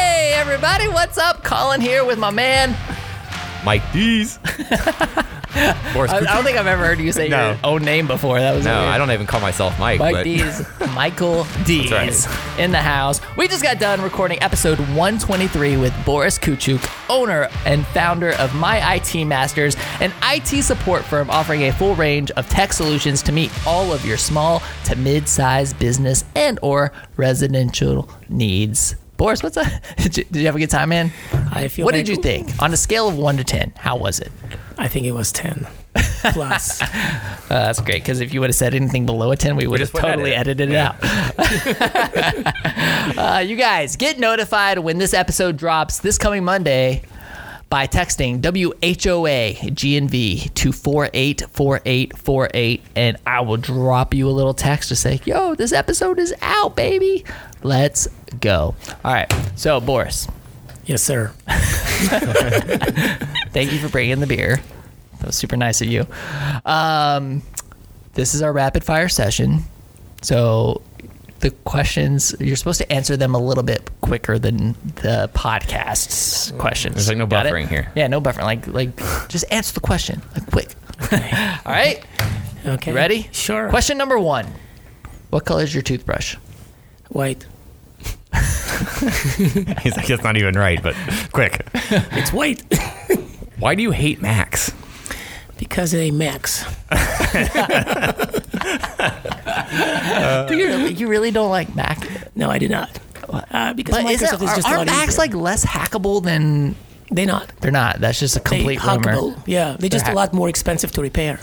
everybody. What's up? Colin here with my man. Mike Dees. Boris I, I Kuchar? don't think I've ever heard you say No. your own name before. That was No, weird. I don't even call myself Mike. Mike but D's, Michael D's That's in the house. We just got done recording episode 123 with Boris Kuchuk, owner and founder of My IT Masters, an IT support firm offering a full range of tech solutions to meet all of your small to mid-sized business and or residential needs. Boris, what's up? Did you, did you have a good time, man? I feel. What like- did you think? On a scale of one to ten, how was it? I think it was ten plus. Uh, that's great because if you would have said anything below a 10, we would have just wouldn't totally edit edited it out. uh, you guys, get notified when this episode drops this coming Monday by texting WHOA GNV to 484848, and I will drop you a little text to say, yo, this episode is out, baby. Let's go. All right. So, Boris, yes, sir. Thank you for bringing the beer. That was super nice of you. Um, this is our rapid fire session. So the questions you're supposed to answer them a little bit quicker than the podcast's questions. There's, like, no Got it? buffering here. Yeah, no buffering. Like like just answer the question like quick. All right, Okay. you ready? Sure. Question number one: What color is your toothbrush? White. He's like, that's not even right, but quick. It's white Why do you hate Max? because it ain't Max. Do you really, you really don't like Mac? No, I did not. Uh, because But Microsoft is, isn't, are, just a are lot Macs easier. like less hackable than they not. they're not? That's just a They complete rumor. hackable. Yeah, they're just hack- a lot more expensive to repair.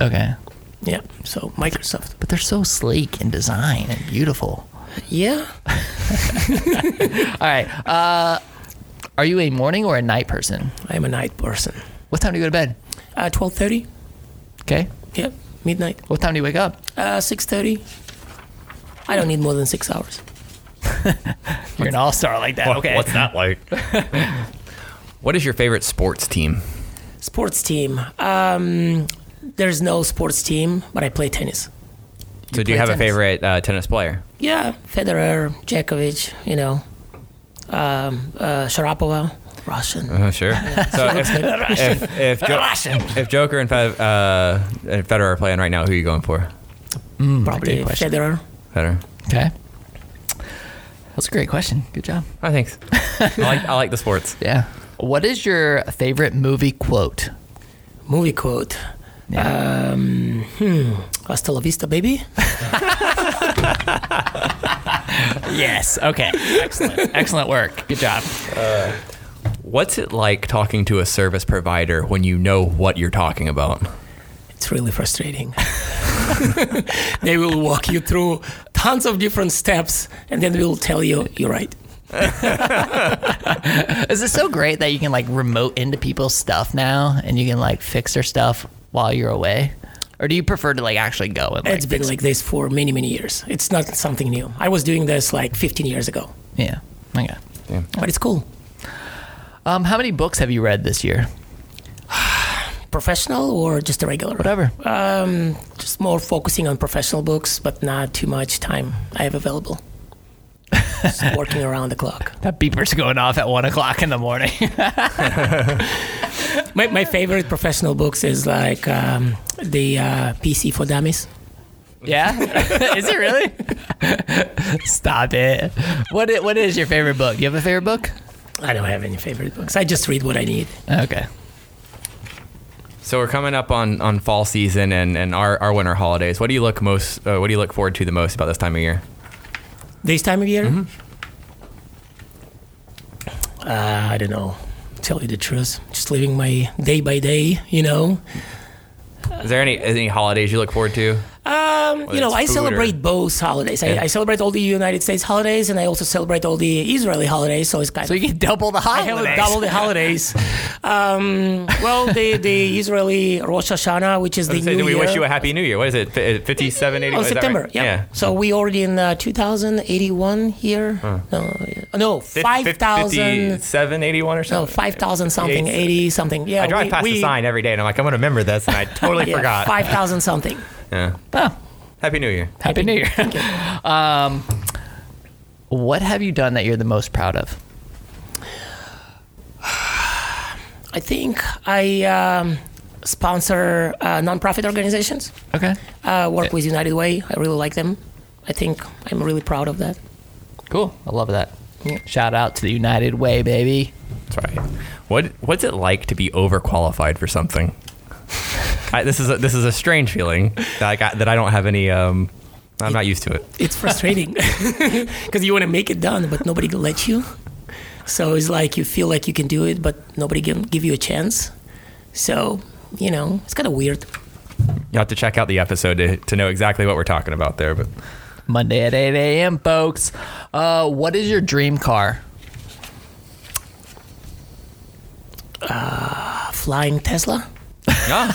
Okay. Yeah. So Microsoft. But they're so sleek in design and beautiful. Yeah. All right. Uh, are you a morning or a night person? I'm a night person. What time do you go to bed? Uh, Twelve thirty. Okay. Yeah. Midnight. What time do you wake up? Uh, six thirty. I don't need more than six hours. You're an all star like that. What- okay. What's that like? what is your favorite sports team? Sports team. Um, there's no sports team, but I play tennis. so, do you play have a tennis. favorite uh, tennis player? Yeah, Federer, Djokovic, you know, um, uh, Sharapova, Russian. Uh, sure. so, if, if, if, jo- if Joker and Fed, uh, and Federer are playing right now, who are you going for? probably good question. Federer. Federer. Okay. That's a great question. Good job. Oh, thanks. I like, I like the sports. Yeah. What is your favorite movie quote? Movie quote. Um, hmm. Hasta la vista, baby. Yes. Okay. Excellent. Excellent work. Good job. What's it like talking to a service provider when you know what you're talking about? It's really frustrating. they will walk you through tons of different steps, and then they will tell you you're right. Is it so great that you can like remote into people's stuff now and you can like fix their stuff while you're away? Or do you prefer to like actually go and like It's been like this for many, many years. It's not something new. I was doing this like 15 years ago, Yeah. Okay. but it's cool. Um, how many books have you read this year? Professional or just a regular? Whatever. Um, just more focusing on professional books, but not too much time I have available. just working around the clock. That beeper's going off at one o'clock in the morning. My, my favorite professional books is like um, the uh, PC for Dummies. yeah, is it really? Stop it. What i- What is your favorite book? Do you have a favorite book? I don't have any favorite books. I just read what I need. Okay. So we're coming up on, on fall season and, and our, our winter holidays. What do you look most? Uh, what do you look forward to the most about this time of year? This time of year, uh, I don't know. Tell you the truth, just living my day by day. You know, Is there any any holidays you look forward to? Um, you know, it's I food or- celebrate both holidays. Yeah. I, I celebrate all the United States holidays, and I also celebrate all the Israeli holidays. So it's kind So of you can double the I holidays. have a double the holidays. um, well, the the Israeli Rosh Hashanah, which is the Say, new do we year. wish you a happy new year? What is it? fi- uh, 5780? Oh, Is that right? September. Yeah. So we already in uh, 2081 here. No, yeah. no, Fif- five fif- thousand. 5781 or No, something. five thousand something, Eight- eighty something. Yeah, I drive we- past we- the sign every day and I'm like, I'm going to remember this. And I totally Yeah, forgot. five thousand something. Yeah. Oh, Happy New Year. Happy New Year. um, what have you done that you're the most proud of? I think I um, sponsor uh, nonprofit organizations. Okay. Uh, work with United Way. I really like them. I think I'm really proud of that. Cool. I love that. Yeah. Shout out to the United Way, baby. That's right. What What's it like to be overqualified for something? I, this is a, this is a strange feeling that I got, that I don't have any. Um, I'm not used to it. It's frustrating because you want to make it done, but nobody can let you. So it's like you feel like you can do it, but nobody can give you a chance. So you know, it's kind of weird. You have to check out the episode to, to know exactly what we're talking about there. But Monday at 8 a.m., folks. Uh, what is your dream car? A flying Tesla, yeah,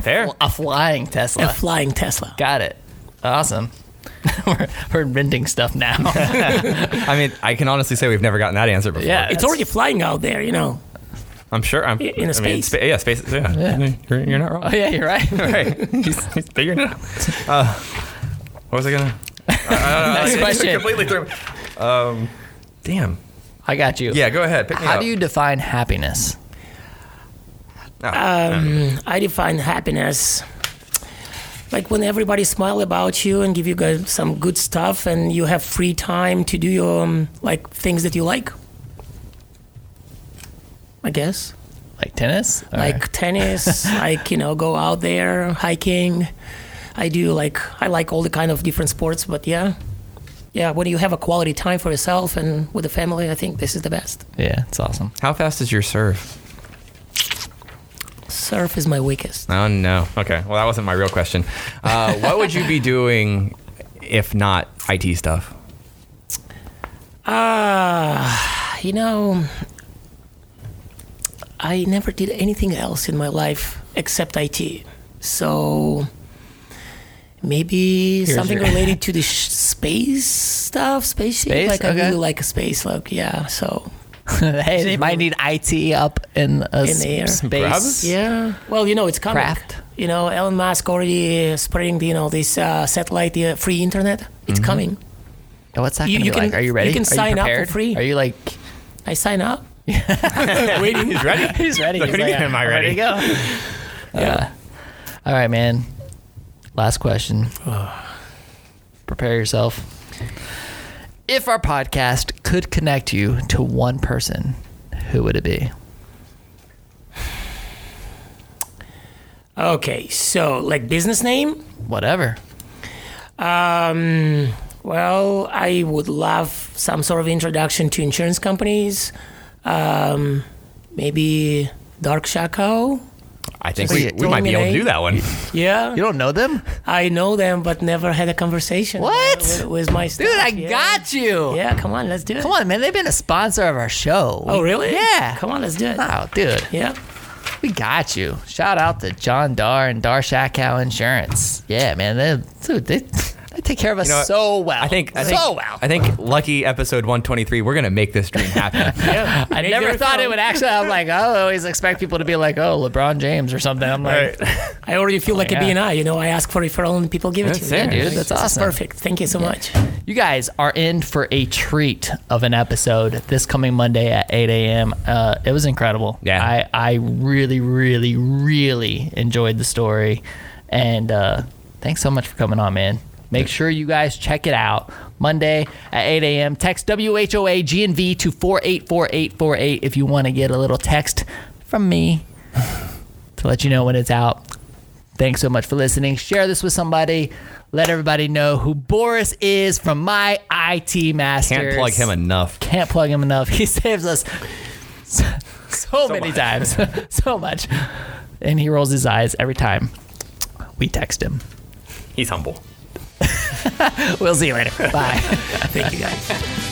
fair. A flying Tesla. a flying Tesla. Got it. Awesome. we're, we're inventing stuff now. I mean, I can honestly say we've never gotten that answer before. Yeah. It's already flying out there, you know. I'm sure. I'm In a I mean, space. spa- yeah, space. Yeah, Yeah. You're, you're not wrong. oh, yeah, you're right. right. He's, he's figuring it out. Uh, what was I gonna? Next I question. completely threw. me. Um, damn. I got you. Yeah, go ahead. Pick me How up. do you define happiness? Oh. um, I define happiness like when everybody smile about you and give you guys some good stuff, and you have free time to do your um, like things that you like. I guess Like tennis? Or- like tennis, like you know, go out there hiking. I do like I like all the kind of different sports, but yeah, yeah. When you have a quality time for yourself and with the family, I think this is the best. yeah, it's awesome. How fast is your serve? Surf is my weakest. Oh no. Okay. Well, that wasn't my real question. Uh, what would you be doing if not IT stuff? Ah, You know, I never did anything else in my life except IT. So maybe something your- related to the sh- space stuff, spaceship. Space? Like Okay. I really like space. Like yeah, so hey, they might need IT up in a In the air. s- Grabs? space. yeah. Well, you know, it's coming. Craft. You know, Elon Musk already spreading you know this uh, satellite uh, free internet. It's Mm-hmm. coming. Oh, What's that You- going to be you like? can- Are you ready? you can Are sign up for prepared? free. Are you like I sign up. Waiting. He's ready. he's ready? Look He's at like, "I'm him, I ready." to go? yeah. all right, man. Last question. Prepare yourself. If our podcast could connect you to one person, who would it be? Okay, so like business name. Whatever. Um, well, I would love some sort of introduction to insurance companies. Um, maybe Dark Shaco. I think Just we, we throw might me be an able to A. do that one. Yeah, You don't know them? I know them, but never had a conversation. What? with, with my stuff. Dude, I yeah. got you. Yeah, come on, let's do it. Come on, man. They've been a sponsor of our show. Oh, really? Yeah. Come on, let's do it. Oh, dude. Yeah. We got you. Shout out to John Dar and Dar Shakow Insurance. Yeah, man. They, dude, they, they take care of us You know what? so well. I think. I so think, well. I think lucky episode 123. We're gonna make this dream happen. yeah. I never thought it would actually. I'm like, I always expect people to be like, oh, LeBron James or something. I'm like, I already feel like Oh, yeah. a BNI. You know, I ask for referral and people give it That's to me. it, dude. It's- That's it's awesome. Perfect. Thank you so much. You guys are in for a treat of an episode this coming Monday at 8 a.m. Uh, it was incredible. Yeah. I, I really, really, really enjoyed the story. And uh, thanks so much for coming on, man. Make sure you guys check it out Monday at 8 a.m. Text WHOA GNV to 484848 if you want to get a little text from me to let you know when it's out. Thanks so much for listening. Share this with somebody. Let everybody know who Boris is from my IT master. Can't plug him enough. Can't plug him enough. He saves us so, so many much. times, so much, and he rolls his eyes every time we text him. He's humble. We'll see you later. Bye. Thank you guys.